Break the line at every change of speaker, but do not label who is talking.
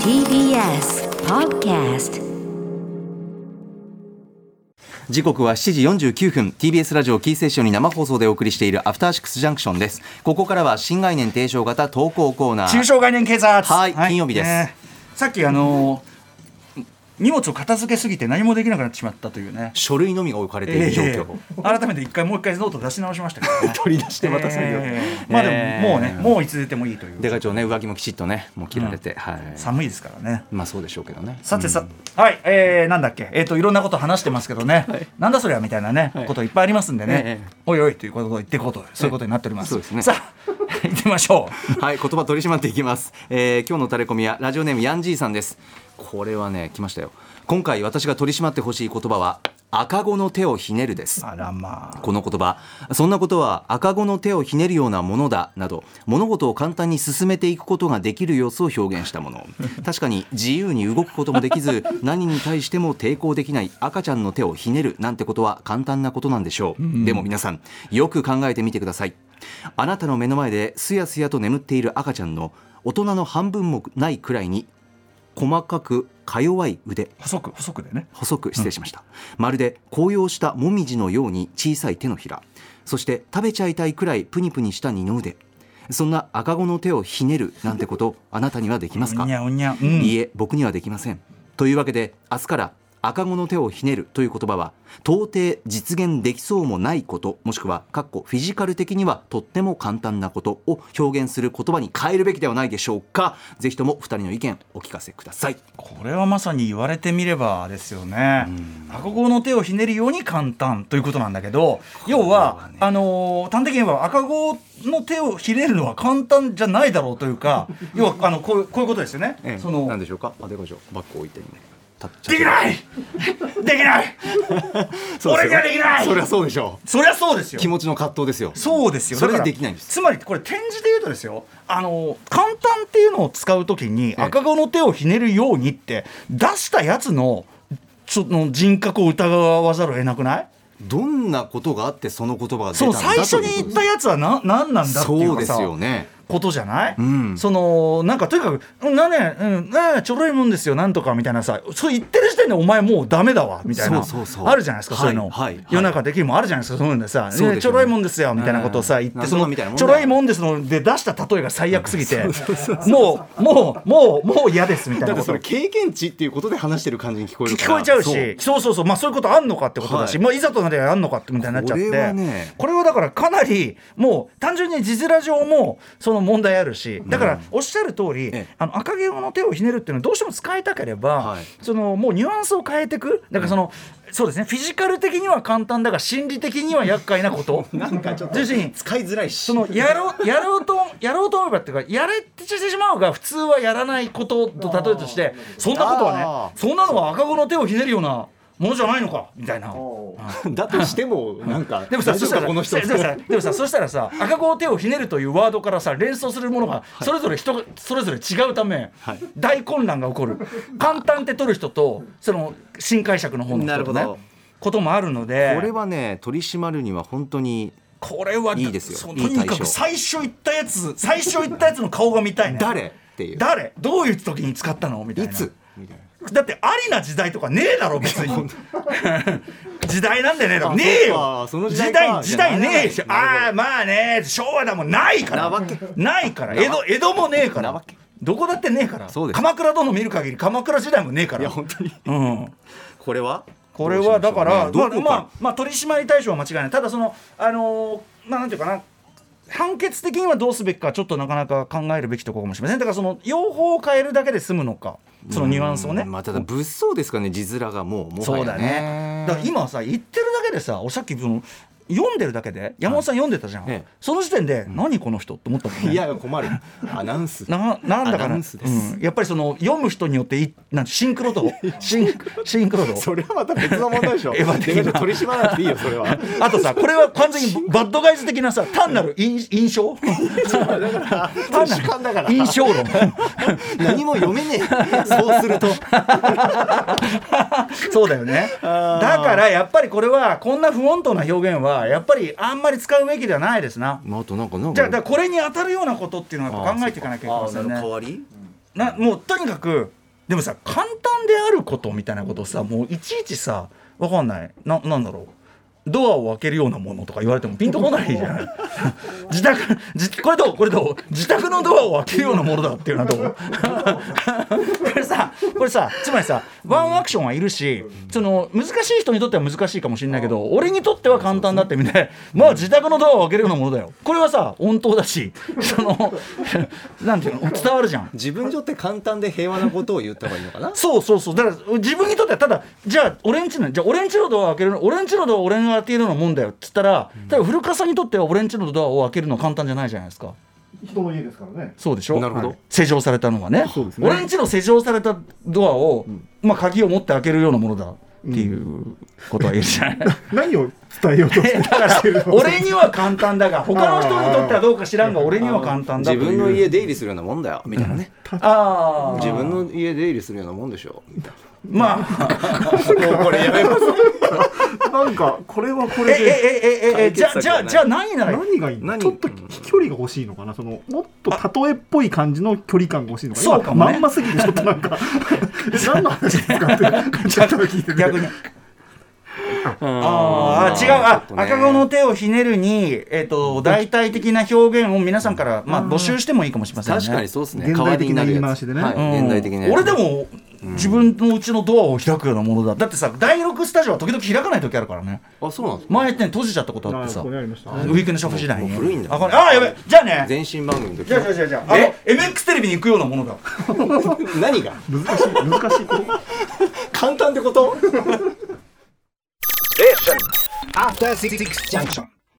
TBS Podcast
時刻は7時49分 TBS ラジオキーセッションに生放送でお送りしているアフターシックスジャンクションですここからは新概念提唱型投稿コーナ
中
ー
小概念警察
はい金曜日です
ーさっきあのー荷物を片付けすぎて何もできなくなってしまったというね
書類のみが置かれている状況、
えー改めて一回もう一回ノート出し直しましたけど、ね、
取り出してまた作業
えーまあで
え
も
ー
もうねもういつ出てもいいという
出がちょね上着もきちっとねもう着られて、はい
寒いですからね
まあそうでしょうけどね
さてさ、はい、えー、なんだっけ、えっ、と、いろんなこと話してますけどね、
はい
なんだそりゃみたいなね、
はい
こといっぱいありますんでね、
ええ
おいおいということを言っていこうと、そういうことになっております。
そうですね
さあ、 行ってみましょう。
はい言葉取り締まっていきます、えー今日のタレコミはラジオネームヤンジーさんですこれはね来ましたよ今回私が取り締まってほしい言葉は赤子の手をひねるです
あらまあ。
この言葉そんなことは赤子の手をひねるようなものだなど物事を簡単に進めていくことができる様子を表現したも の確かに自由に動くこともできず何に対しても抵抗できない赤ちゃんの手をひねるなんてことは簡単なことなんでしょう、でも皆さんよく考えてみてくださいあなたの目の前ですやすやと眠っている赤ちゃんの大人の半分もないくらいに細かくか弱い腕
細く、細くでね。
細く失礼しました、まるで紅葉したもみじのように小さい手のひらそして食べちゃいたいくらいプニプニした二の腕そんな赤子の手をひねるなんてことあなたにはできます
お
か、
にゃおにゃ。う
いい
ん。
え僕にはできませんというわけで明日から赤子の手をひねるという言葉は到底実現できそうもないこともしくはかっこフィジカル的にはとっても簡単なことを表現する言葉に変えるべきではないでしょうかぜひとも2人の意見お聞かせください
これはまさに言われてみればですよね。赤子の手をひねるように簡単ということなんだけど、要は、あのー端的に言えば赤子の手をひねるのは簡単じゃないだろうとい うか、要はあのこうこういうことですよね。
ええ、
その
なんでしょうかあでかいでしょうバッグ置いてね立っちゃ
で
って
きないできない
そうすよ
俺ができない
そりゃそうでしょ
そりゃそうです
う
よ
気持ちの葛藤ですよ
そうですよ
それで
だから
できないんです
つまりこれ展示で言うとですよあの簡単っていうのを使う時に赤子の手をひねるようにって出したやつのその人格を疑わざるを得なくない
どんなことがあってその言葉が出た
そ
ん
う
だ
最初に言ったやつはな何なんだってい
そうう
か
です
さ
よね
ことじゃない、
うん
そのなんかとにかく「うんなんねうんねちょろいもんですよなんとか」みたいなさそう言ってる時点でお前もうダメだわみたい
そ
な
うそうそう
あるじゃないですか、
はい
そういうの、
はいはい
世の中できるもあるじゃないですかそういうので
そ
さ
うですよね
ねちょろいもんですよ」みたいなことをさ、
うん
言って
なん
そ
とか
の
みたいなもん
ち
だ
ょ
よ
ろいもんです」ので出した例えが最悪すぎてもうもうもうもう嫌ですみたい
だ
な
って
こ
そ
と
れ経験値っていうことで話してる感じに聞こえるか
聞
ら
こえちゃうし
そ
そうそうそうまあそういうことあんのかってことだし、
はい
まあ、いざとなりゃあんのかってみたいになっちゃって
これはね
これはだからかなりもう単純に字面上もその問題あるしだからおっしゃる通り、
ええ
あの赤毛の手をひねるっていうのはどうしても使いたければ、
はい
そのもうニュアンスを変えていくだからその、そうですねフィジカル的には簡単だが心理的には厄介なこと。
なんかちょっと
要するに
使いづらいし
そ のやろ うやろうとやろうと思えばっていうかやれってしてしまうが普通はやらないことと例えとしてそんなことは
あ
ねそんなのは赤子の手をひねるようなものじゃないのかみたいな。
だとしてもなんか
でもさ、
大丈夫
そした
からこの人
でもさ、でもさ、そしたらさ、赤子の手をひねるというワードからさ、連想するものがそれぞれ人が、それぞれ違うため、
はい
大混乱が起こる。簡単って取る人と、その新解釈の方の
な
人
る
と
ほ
ね
ど、
こともあるので、
これはね取り締まるには本当に
これはい
いですよ
そう
いい
とにか
対象
く最初言ったやつ最初言ったやつの顔が見たいね
誰っていう
誰どういう時に使ったのみたい
い
な
つみたいな
だってありな時代とかねえだろ別に 時代なんでねえだろ
あ
ねえよ
そっかその時
時
代か
代時代ねえし
なるほど
ああーまあね昭和だもんないから
なわけ
ないから
な
江
わ
戸江戸もねえか
な
ら
わけ
どこだってねえから
そうです
鎌倉殿見る限り鎌倉時代もねえから
いや本当に
うん
これは
これはだから、
どうしましょうねどこ
まあ
か
まあ、まあ、取締り対象は間違いないただそのあのーまあなんていうかな判決的にはどうすべきかちょっとなかなか考えるべきところかもしれませんだからその用法を変えるだけで済むのかそのニュアンスをね
うんまあ、ただ物騒ですかね字面がもうもは
そう
や
だねだから今さ言ってるだけでさおさっきその読んでるだけで山本さん読んでたじゃん、
ええ
その時点で、何この人って思ったもんね
いや困るアナウンス
ななんだ
ア
か
ナ
な、
ウンスです
うんやっぱりその読む人によっていなんシンク ロ度シンシンクロ度
それはまた別の問題で しょ
エヴァ的な
でも取り締まらなくていいよそれ は
あとさこれは完全にバッドガイズ的なさ単なる印印象単
主観だから
印象論
何も読めねえそうすると
そうだよねだ
あー
からやっぱりこれはこんな不穏当な表現はやっぱりあんまり使うべきではないですな
まあ、あとなんかなんか
じゃあだからこれに当たるようなことっていうのはやっぱ考えていかなきゃいけませんね
あーなるほど代わり
なもうとにかくでもさ簡単であることみたいなことをさもういちいちさわかんないななんだろうドアを開けるようなものとか言われてもピンとこないじゃない自宅自これどうこれどう自宅のドアを開けるようなものだっていうのはどう これさこれさつまりさワンアクションはいるしその難しい人にとっては難しいかもしれないけど俺にとっては簡単だってみんなまあ自宅のドアを開けるようなものだよこれはさ本当だしそのなんていうの伝わるじゃん
自分にとって簡単で平和なことを言った方がいいのか な
そうそうそうだから自分にとってはただじゃあ俺んちのじゃあ俺んちのドアを開けるの俺んちのドアを俺が開けるのもんだよっつったら、多分古川さんにとっては俺んちのドアを開けるの簡単じゃないじゃないですか
人の家ですからね。
そうでしょ
なるほど
はい施錠されたのはね
そうですね
俺んちの施錠されたドアを、まあ、鍵を持って開けるようなものだっていうことは言えるじ ゃない、
何を伝えようとして
だから
してる の。
俺には簡単だが他の人にとってはどうか知らんが俺には簡単だ
自
という
分の家出入りするようなもんだよみたいなね
ああ
自分の家出入りするようなもんでしょ
ま あ
もうこれやめます
なんかこれはこ
ええ
れで
ええええじゃあ
解決策
じゃ
は
あ
ない
じゃあ何なら
何がいいの？
何
ちょっと距離が欲しいのかな。そのもっと例えっぽい感じの距離感が欲しいのかな。
そうかもね
今まんますぎてちょっとな んかえ何の話ですかって感じだったら聞いてくれ
逆に。あーあ違うあ、赤子の手をひねるに、えっと代替的な表現を皆さんから、まあ、募集してもいいかもしれませんね。
確かにそうですね
現代的な
代わりにるやつ
言い回しでね
は
うん
い、現代的なやつ
俺でも自分のうちのドアを開くようなものだだってさ第6スタジオは時々開かない時あるからね
あそうなんです
前って閉じちゃったことあってさ
あ
ウ
これありましたね
ィークのショップ時代に
もう古いんだ
あこれあーやべえじゃあね
全身番組の時
じゃあじゃあじゃあじゃああの MX テレビに行くようなものだ
何が
難しい難しいこと。
簡単ってこと
After Six Junction.